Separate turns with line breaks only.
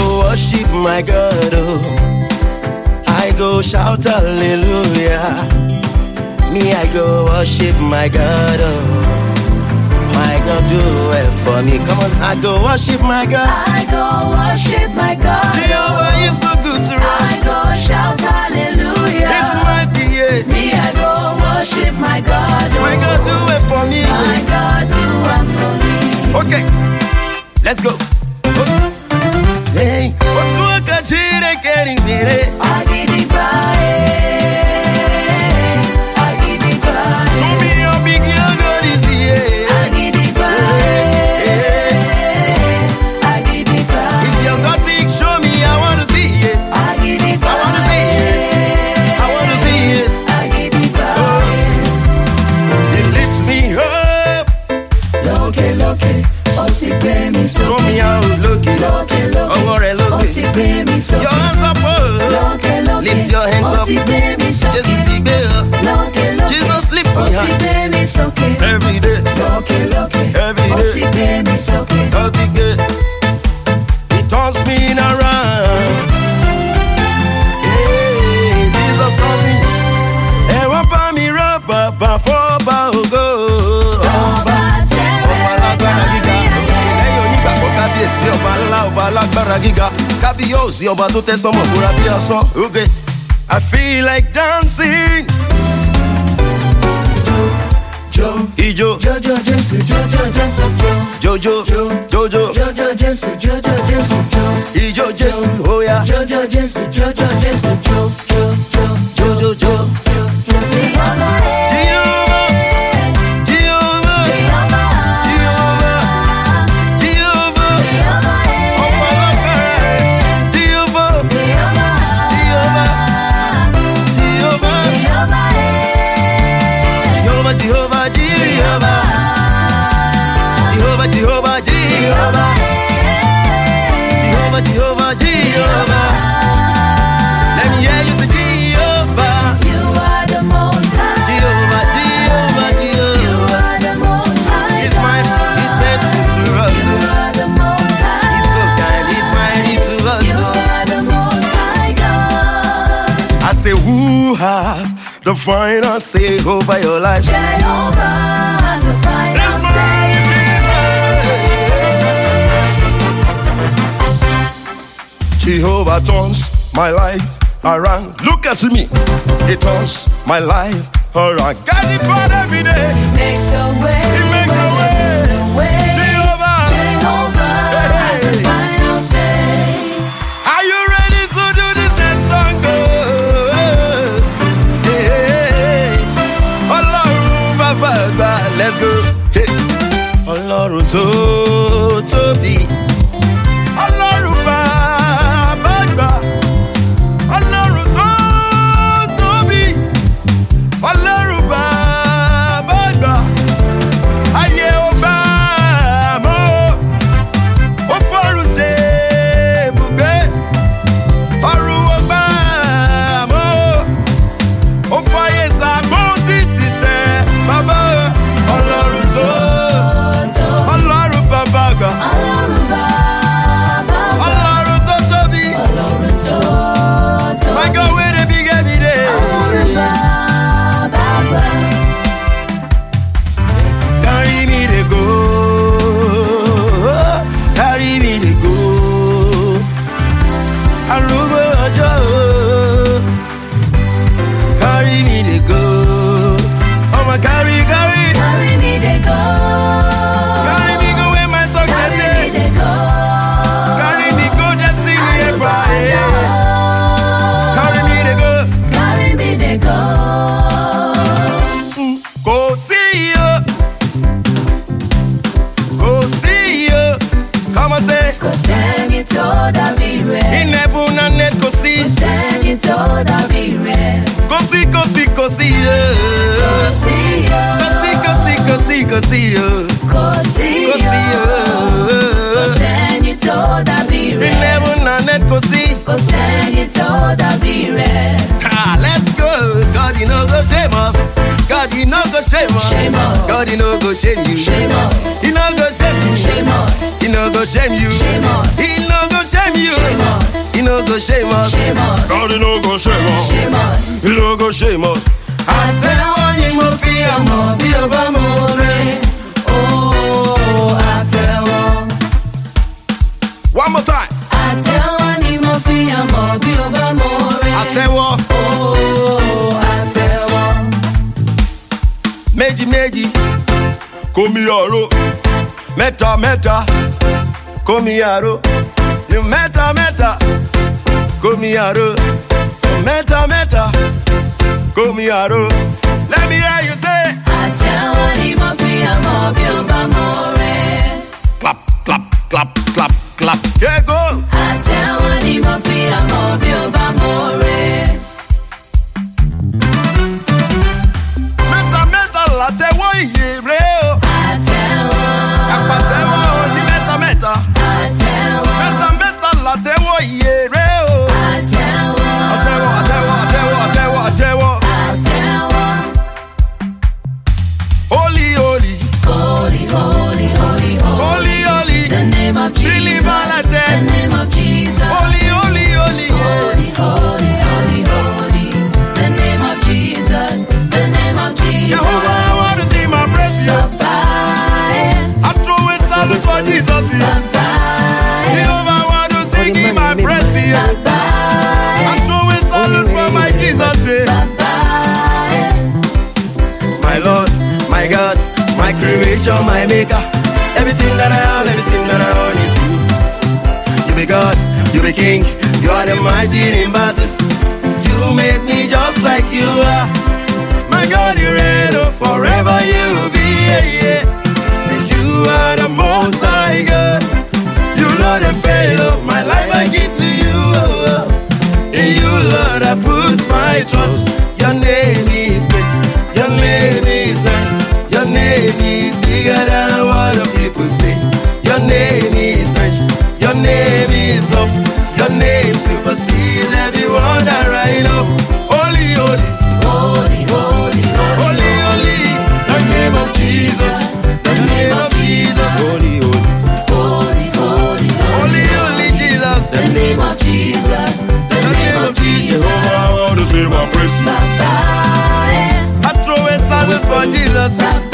worship my God. Oh, I go shout hallelujah. Me, I go worship my God. Oh, my God, do it for me. Come on, I go worship my God.
I go worship my God.
Jehovah is so good to
I
us.
go shout hallelujah.
He's mighty, yeah.
Me, I go worship my God. Oh,
My God, do it for me.
my God, do one for me.
Okay, let's go. Hey, what's work at Jire getting it?
Agidigba, eh. Agidigba, eh.
To me, your big girl God is here.
Agidigba, eh. Agidigba,
Is your God big? Show me, I want to see it.
Agidigba,
I want to see it. I want to see it.
Agidigba,
It lifts me up.
eh. Lókè, lókè, ó ti gbé mi sókè.
Show me how it look it. Oh,
Lókè, lókè,
Ọwọ́ rẹ̀
ó
lókè.
ti gbé mi sókè.
Your hands up, oh.
Lókè, lókè,
Lift your hands
ó
up.
ti gbé mi sókè.
Jésù ti gbé ọ.
Lókè, lókè,
Jesus lift
ó
me
ti
up.
gbé mi sókè.
Every day,
Lókè, lókè,
Every
ó
day.
ti gbé mi sókè.
God ti gbé. He turns me around. Hey, Jesus turns me. Ẹ̀wọ̀n bá mi rán bàbá fọ́ba ògo.
Ọba tẹ́rẹ̀
ọba alágbára gíga lẹ́yìn onígbàgbọ́ kábíyèsí ọba ńlá ọba alágbára gíga kábíyèsí ọba tó tẹ́ sọ́mọ̀ bóra bí asán oge. I feel like dancing.
Jo,
Ijó
jojo Jésù, jojo Jésù, jo.
jojo
Jo.
jojo
Jojo Jésù, jojo Jésù, jo.
ijó Jésù oya
Jojo Jésù, jojo Jésù, jo, jo, jo, jo,
jojo jo.
jo, jo. Ìyá ọmọ rẹ̀,
Jehovah Jehovah
ìyá ọmọ rẹ̀.
Jehovah Jehovah ọba alágbára Jehovah Jehovah Jehovah Jehovah Jehovah Jehovah. Jehovah, Jehovah, Jehovah, Jehovah, Jehovah, Jehovah. Let me hear you say Jehovah, Jehovah, Jehovah, Jehovah. He's mine, he's faithful to us. He's so kind, he's mighty to us. I say, who have the final say over your life? It's mighty. Jehovah turns my life around. Look at me. He turns my life around. God is for every day. Jehovah. Are you ready to do this next song? Oh, yeah, Ọlọ́run bàbá àgbà, let's go. Hey. Ọlọ́run tó tóbi. Ọlọ́run bàbá àgbà. Ọlọ́run tó tóbi. Ọlọ́run bàbá àgbà. Ayé ò bá mọ́ o ó fọ́rùn ṣe ibùgbé ọrùn ó bá àmọ́ ó fàyè ṣàkóńtì ti ṣe bàbá ọlọ́run tó ọlọ́run bàbá àgbà ọlọ́run tó tóbi mágá wéré bí gẹ́bí dé. Carry me dey go, carry me dey go, arúgbó ọjọ́ o. carry me dey go. Ọmọ carry carry carry me go where my success dey. Carry me go destiny dey bright. Carry me dey go. Kò sí iyo. Kò sí iyo. Kọ́mọ ṣe.
Kò sẹ́ni tó dàbí rẹ̀.
Inẹ̀bù náà net kò sí.
Kò sẹ́ni tó dàbí rẹ̀.
Kò sí kò sí kò sí iyo.
Kò sí o.
Kò sí kò sí kò sí kò sí iyo.
Kò sí
Kò sí iyo.
o. Kò sẹ́ni tó dàbí rẹ̀.
Inẹ̀bù náà net kò sí.
Kò sẹ́ni tó dàbí rẹ̀.
Ah, let's go. God, you know, go shame us. God, you know, go shame us.
Shame us.
God, you know, go shame you.
Shame us.
You know, go shame you.
Shame us.
You know, go shame you.
Shame us.
You know, go shame shame you. He no go shame us. God he no go shame us. He no go shame us. Àtẹ́wọ́ ni mo fi àmọ̀ bí o bá mọ orin. Ooo
Oh,
àtẹ́wọ́. One more time.
Àtẹ́wọ́ ni mo fi àmọ̀ bí o bá mọ orin.
Àtẹ́wọ́
Ooo, àtẹ́wọ́.
méjì méjì. Kò mi àró. Mẹ́ta mẹ́ta. Kò mi àró. Mẹ́ta mẹ́ta. Kò mi àró. Mẹ́ta mẹ́ta. Kò mi àró. Let me hear you say.
Àtẹ́wọ́ ni mo fi àmọ̀ bí o bá mọ orin.
Clap clap clap clap clap. Yeah go.
Àtẹ́wọ́ ni mo fi àmọ̀ bí o bá mọ orin.
Mẹ́ta mẹ́ta látẹ̀wọ́ ìyè rẹ̀ o.
Àtẹ́wọ́,
Àpàtẹ́wọ́ ní mẹ́ta mẹ́ta.
àtẹ́wọ́,
Mẹ́ta mẹ́ta látẹ̀wọ́ ìyè rẹ̀ o.
àtẹ́wọ́,
Àtẹ́wọ́ àtẹ́wọ́ àtẹ́wọ́ àtẹ́wọ́ àtẹ́wọ́.
àtẹ́wọ́.
Holy holy.
Holy, holy, holy, holy.
Holy, holy,
The name of Jesus.
Really Valentine.
The name of Jesus.
holy, holy, holy, yeah.
Holy, holy, holy, holy. The name of Jesus. The name of Jesus.
Jehovah, I want to sing my praise, yeah.
Bye,
I throw a salute for Jesus, yeah.
bye,
Jehovah, I want to sing him my praise, yeah.
bye,
I throw a salute for my Jesus, yeah.
bye.
My Lord, my God, my creation, my maker. Everything that I have, everything that I own is you. You be God, you be King, you are the mighty in battle. You made me just like you are. My God, you reign oh, forever. You will be yeah, yeah. And you are the most high God. You Lord and fail oh, my life I give to you. Oh, oh. In you, Lord, I put my trust. Your name is great. Your name is right. Your name is bigger than what the people say. Your name is right. Your name is love. Your name supersedes everyone that right up. Holy, holy.
Holy, holy, holy.
Holy, holy, the name of Jesus, the name of Jesus. Holy, holy,
Holy, holy, holy.
holy, holy Jesus,
The name of Jesus. The
the
name of Jesus.
I want to say my praise. I
Bye,
throw a service for Jesus,
bye,
Oh,